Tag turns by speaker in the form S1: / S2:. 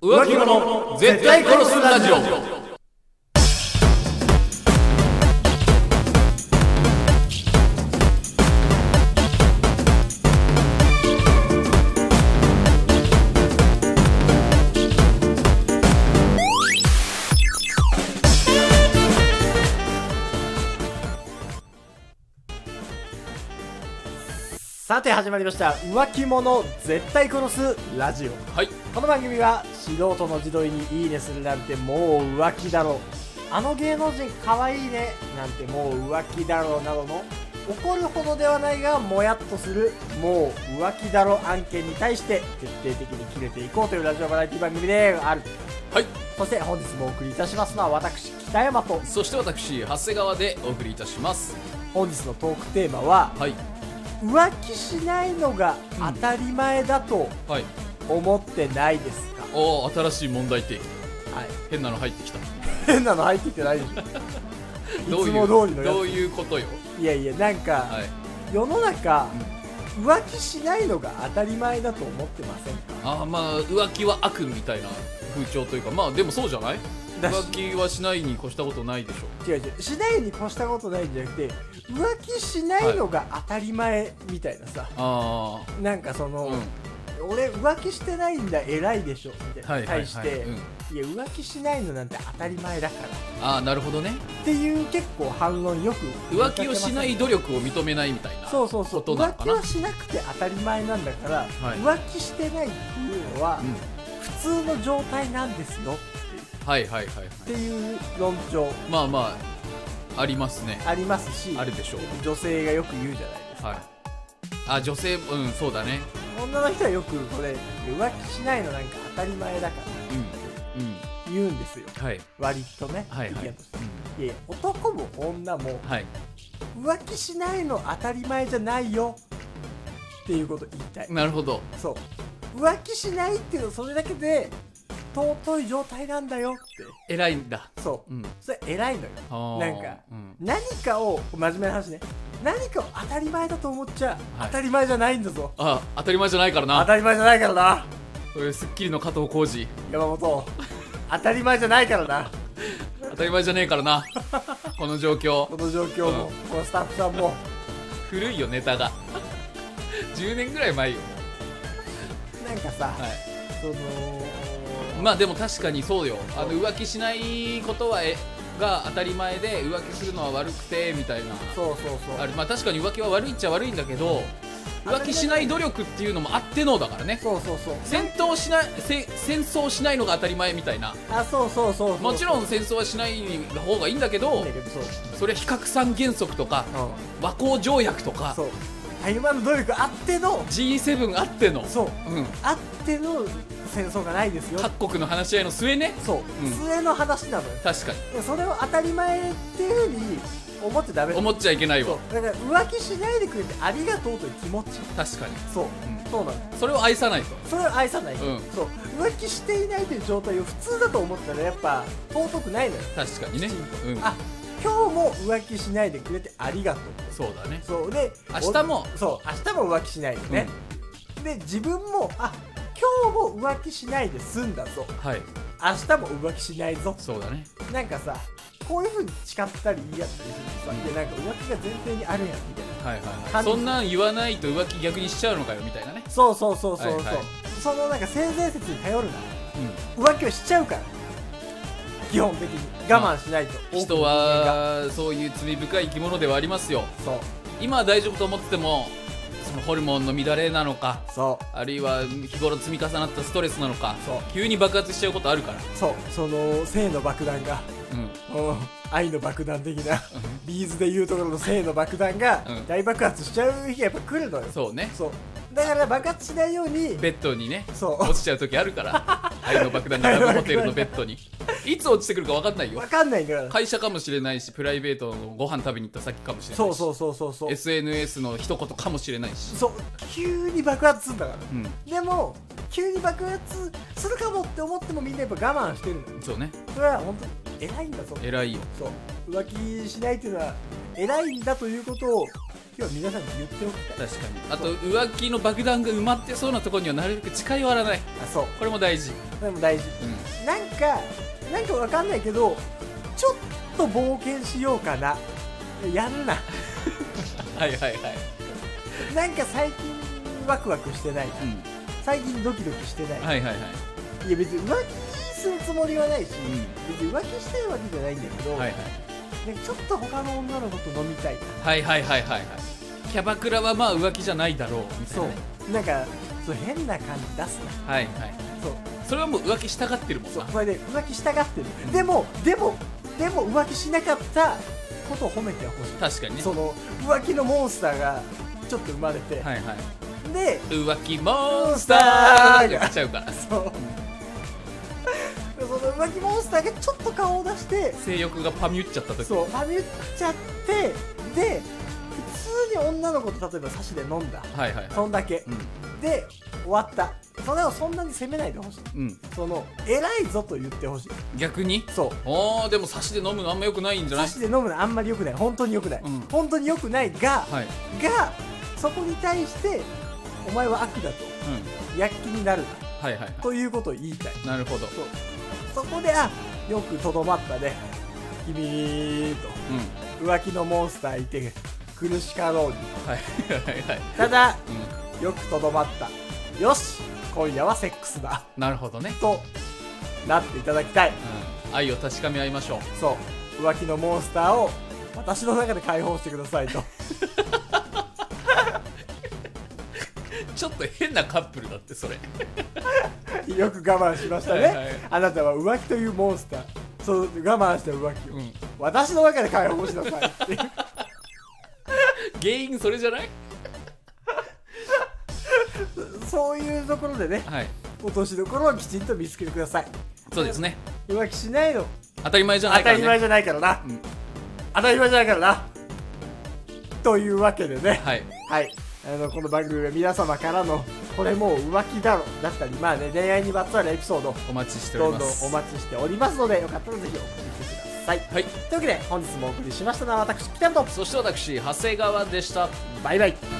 S1: 浮気者絶対殺すラジオ
S2: さて始まりました浮気者絶対殺すラジオ
S1: はい
S2: この番組は素人の自撮りにいいねするなんてもう浮気だろあの芸能人かわいいねなんてもう浮気だろなどの怒るほどではないがもやっとするもう浮気だろ案件に対して徹底的に切れていこうというラジオバラエティ番組である
S1: はい
S2: そして本日もお送りいたしますのは私北山と
S1: そして私長谷川でお送りいたします
S2: 本日のトークテーマは
S1: はい
S2: 浮気しないのが当たり前だと
S1: はい
S2: 思ってないですか、
S1: おお新しい問題提起
S2: はい
S1: 変なの入ってきた
S2: 変なの入ってきてないでし
S1: ど
S2: ょいうつ
S1: い
S2: も
S1: う
S2: 通りの
S1: ど
S2: や
S1: ういうことよ
S2: ついやいやなんか、
S1: はい
S2: 世の中、浮気しないのが当たり前だと思ってませんか
S1: ああまあ浮気は悪みたいな風潮というかまあでもそうじゃない
S2: だし
S1: 浮気はしないに越したことないでしょ
S2: 違う違うしないに越したことないんじゃなくて浮気しないのが当たり前みたいなさ、
S1: あ
S2: なんかそ
S1: あ
S2: の、
S1: うん
S2: 俺浮気してないんだ偉いでしょみた
S1: はいい
S2: な
S1: はいはい
S2: 対して、
S1: うん
S2: いや浮気しないのなんて当たり前だから
S1: ああなるほどね
S2: っていう結構反論よく見か
S1: 浮
S2: け
S1: 気
S2: ま
S1: を
S2: せん
S1: しない努力を認めないみたいな
S2: そうそうそう
S1: ことなの
S2: 浮
S1: か
S2: 気
S1: な
S2: はしなくて当たり前なんだから、
S1: い
S2: 浮気してないっていうのは、
S1: うん
S2: 普通の状態なんですよ
S1: はいはいはいはい
S2: っていう論調
S1: まあまあありますね
S2: ありますし
S1: あるでしょう
S2: 女性がよく言うじゃないですか
S1: はいあ女性うんそうだね
S2: 女の人はよくこれ浮気しないのなんか当たり前だか
S1: うんうん
S2: ら言うんですよ
S1: はい
S2: 割とね、
S1: はいはい
S2: 意見としていやいや男も女も
S1: はい
S2: 浮気しないの当たり前じゃないよっていうこと言いたい
S1: なるほど
S2: そう浮気しないっていうのそれだけで尊い状態なんだよっ
S1: 偉いんだ
S2: てそう、
S1: うん
S2: それ偉いのよ
S1: あー
S2: なんか
S1: うん
S2: 何かを真面目な話ね何かを当たり前だと思っちゃ、
S1: はい
S2: 当たり前じゃないんだぞ
S1: あ当たり前じゃないから
S2: 当
S1: な
S2: たり前じゃないからな
S1: これ『スッキリ』の加藤浩 次
S2: 山本当たり前じゃないからな
S1: 当たり前じゃねえからなこの状況
S2: この状況も、
S1: うん
S2: このスタッフさんも
S1: 古いよネタが 10年ぐらい前よ
S2: なんかさ、
S1: はい
S2: その
S1: まあでも確かにそうよあの浮気しないことはえが当たり前で浮気するのは悪くてみたいな
S2: そうそうそう
S1: あれまあ確かに浮気は悪いっちゃ悪いんだけど浮気しない努力っていうのもあってのだからね
S2: そうそうそう
S1: 戦闘しないせ戦争しないのが当たり前みたいな
S2: あそうそうそうそう
S1: もちろん戦争はしない方がいいんだけど
S2: いいんだけどそう、
S1: それは非核三原則とか
S2: う
S1: 和光条約とか
S2: ん、そうたゆまぬ努力あっての
S1: G7 あっての
S2: そう
S1: うん、
S2: あっての戦争がないですよ
S1: 各国の話し合いの末ね
S2: そう、
S1: うん
S2: 末の話なのよ
S1: 確か
S2: でそれを当たり前っていうふうに思ってダメ
S1: に
S2: だ
S1: 思っちゃいけない
S2: そ
S1: わ
S2: うだから浮気しないでくれてありがとうという気持ち
S1: 確かに
S2: そう、
S1: ん
S2: そうなの
S1: それを愛さないと
S2: それを愛さない、
S1: うん
S2: そう浮気していないという状態を普通だと思ったらやっぱ尊くないのよ、
S1: 確かにね
S2: きちんと
S1: うん
S2: あ今日も浮気しないでくれてありがとう
S1: そうだね
S2: そうで
S1: 明日も
S2: おそう明日も浮気しないでね、で自分もあ今日も浮気しないで済んだぞ
S1: はい
S2: 明日も浮気しないぞ
S1: そうだね
S2: なんかさこういうふうに誓ったり言い合ったりするとさ、
S1: うん
S2: いやなんか浮気が前提にあるやんみたいな
S1: はいはいは
S2: 感
S1: い
S2: じ
S1: そんなん言わないと浮気逆にしちゃうのかよみたいなね
S2: そうそうそうそうそう、
S1: はいはい
S2: そのなんか性善説に頼るな
S1: うん
S2: 浮気をしちゃうから基本的に我慢しないと、
S1: 人はそういう罪深い生き物ではありますよ
S2: そう
S1: 今は大丈夫と思っててもそのホルモンの乱れなのか
S2: そ
S1: あるいは日頃積み重なったストレスなのか
S2: そう
S1: 急に爆発しちゃうことあるから
S2: うそうその性の爆弾が
S1: うん
S2: うん愛の爆弾的なビーズでいうところの性の爆弾が
S1: うん
S2: 大爆発しちゃう日がやっぱ来るのよ
S1: そうね
S2: そうだから爆発しないように
S1: ベッドにね
S2: そう
S1: 落ちちゃう時あるから 愛の爆弾がラブホテルのベッドにいつ落ちてくるか分かんないよ
S2: わかんないから
S1: 会社かもしれないしプライベートのご飯食べに行った先かもしれないし
S2: そうそうそうそうそう
S1: SNS の一言かもしれないし、
S2: そう急に爆発するんだから
S1: うん、
S2: でも急に爆発するかもって思ってもみんなやっぱ我慢してるのよ
S1: そうね
S2: それは本当に偉いんだぞ
S1: 偉いよ
S2: そう浮気しないっていうのは偉いんだということを今日は皆さんに言っておきたい
S1: 確かにあと浮気の爆弾が埋まってそうなところにはなるべく近寄らない
S2: あそう
S1: これも大事
S2: これも大事
S1: う
S2: なんかなんかわかんないけどちょっと冒険しようかなやるなん
S1: はいはいはい
S2: なんか最近ワクワクしてないな
S1: うん
S2: 最近ドキドキしてない、
S1: はいはいはい
S2: い、や別に浮気するつもりはないし、
S1: ん
S2: 別に浮気したいわけじゃないんだけど、
S1: はい
S2: なんかちょっと他の女の子と飲みたいな
S1: はいはいはいはいはいキャバクラはまあ浮気じゃないだろうみたい
S2: そ
S1: なね
S2: うなんかそう変な感じ出すな
S1: はいはい
S2: そう
S1: それはもう浮気したがってるもん
S2: そう
S1: な
S2: これで浮気したがってるでもでもでも浮気しなかったことを褒めてほしい
S1: 確かにね
S2: その浮気のモンスターがちょっと生まれて、
S1: はいはい
S2: で
S1: 浮気モンスター
S2: モンスターが
S1: が来ちゃうから
S2: そうその浮気モンスターがちょっと顔を出して
S1: 性欲がパミュっちゃった時
S2: そうファミっちゃってで普通に女の子と例えばサシで飲んだ
S1: はいはいはい
S2: そんだけ、で終わったそれをそんなに責めないでほしい
S1: うん、うん、
S2: その偉いぞと言ってほしい
S1: 逆に
S2: そう
S1: あーでもサシで飲むのあんま良くないんじゃな
S2: サ
S1: い
S2: シで飲むのあんまり良くない本当に良くない、
S1: うん
S2: 本当に良くないが、
S1: はい、
S2: がそこに対してお前は悪だと
S1: うん、
S2: 躍起になるな
S1: はいはいは
S2: ということを言いたい
S1: いなるほど
S2: そうそこであよくとどまったね君と
S1: うん
S2: 浮気のモンスターいて苦しかろうに
S1: はいはいはい
S2: ただ
S1: う
S2: よくとどまったよし今夜はセックスだ
S1: んなるほどね、
S2: となっていただきたい
S1: うん、愛を確かめ合いましょう
S2: そう浮気のモンスターを私の中で解放してくださ いと
S1: ちょっと変なカップルだってそれ
S2: よく我慢しましたね、
S1: はいはい
S2: あなたは浮気というモンスターそう我慢した浮気を、
S1: うん
S2: 私の中で解放しなさいっていう
S1: 原因それじゃない
S2: そういうところでね
S1: はい
S2: 落としどころをきちんと見つけてください
S1: そうですね
S2: 浮気しないの
S1: 当たり前じゃな
S2: 当
S1: いか
S2: た
S1: ら
S2: り
S1: ね
S2: 前じゃないからな、
S1: うん
S2: 当たり前じゃないからなというわけでね
S1: はい
S2: はい、あのこの番組は皆様からのこれもう浮気だろだったりまあね恋愛にまつわるエピソード
S1: お待ちしておりま
S2: どんどん
S1: す
S2: お待ちしておりますのでよかったらぜひ送ってきてください、
S1: はい
S2: というわけで本日もお送りしましたのは私キタンと
S1: そして私長谷川でした
S2: バイバイ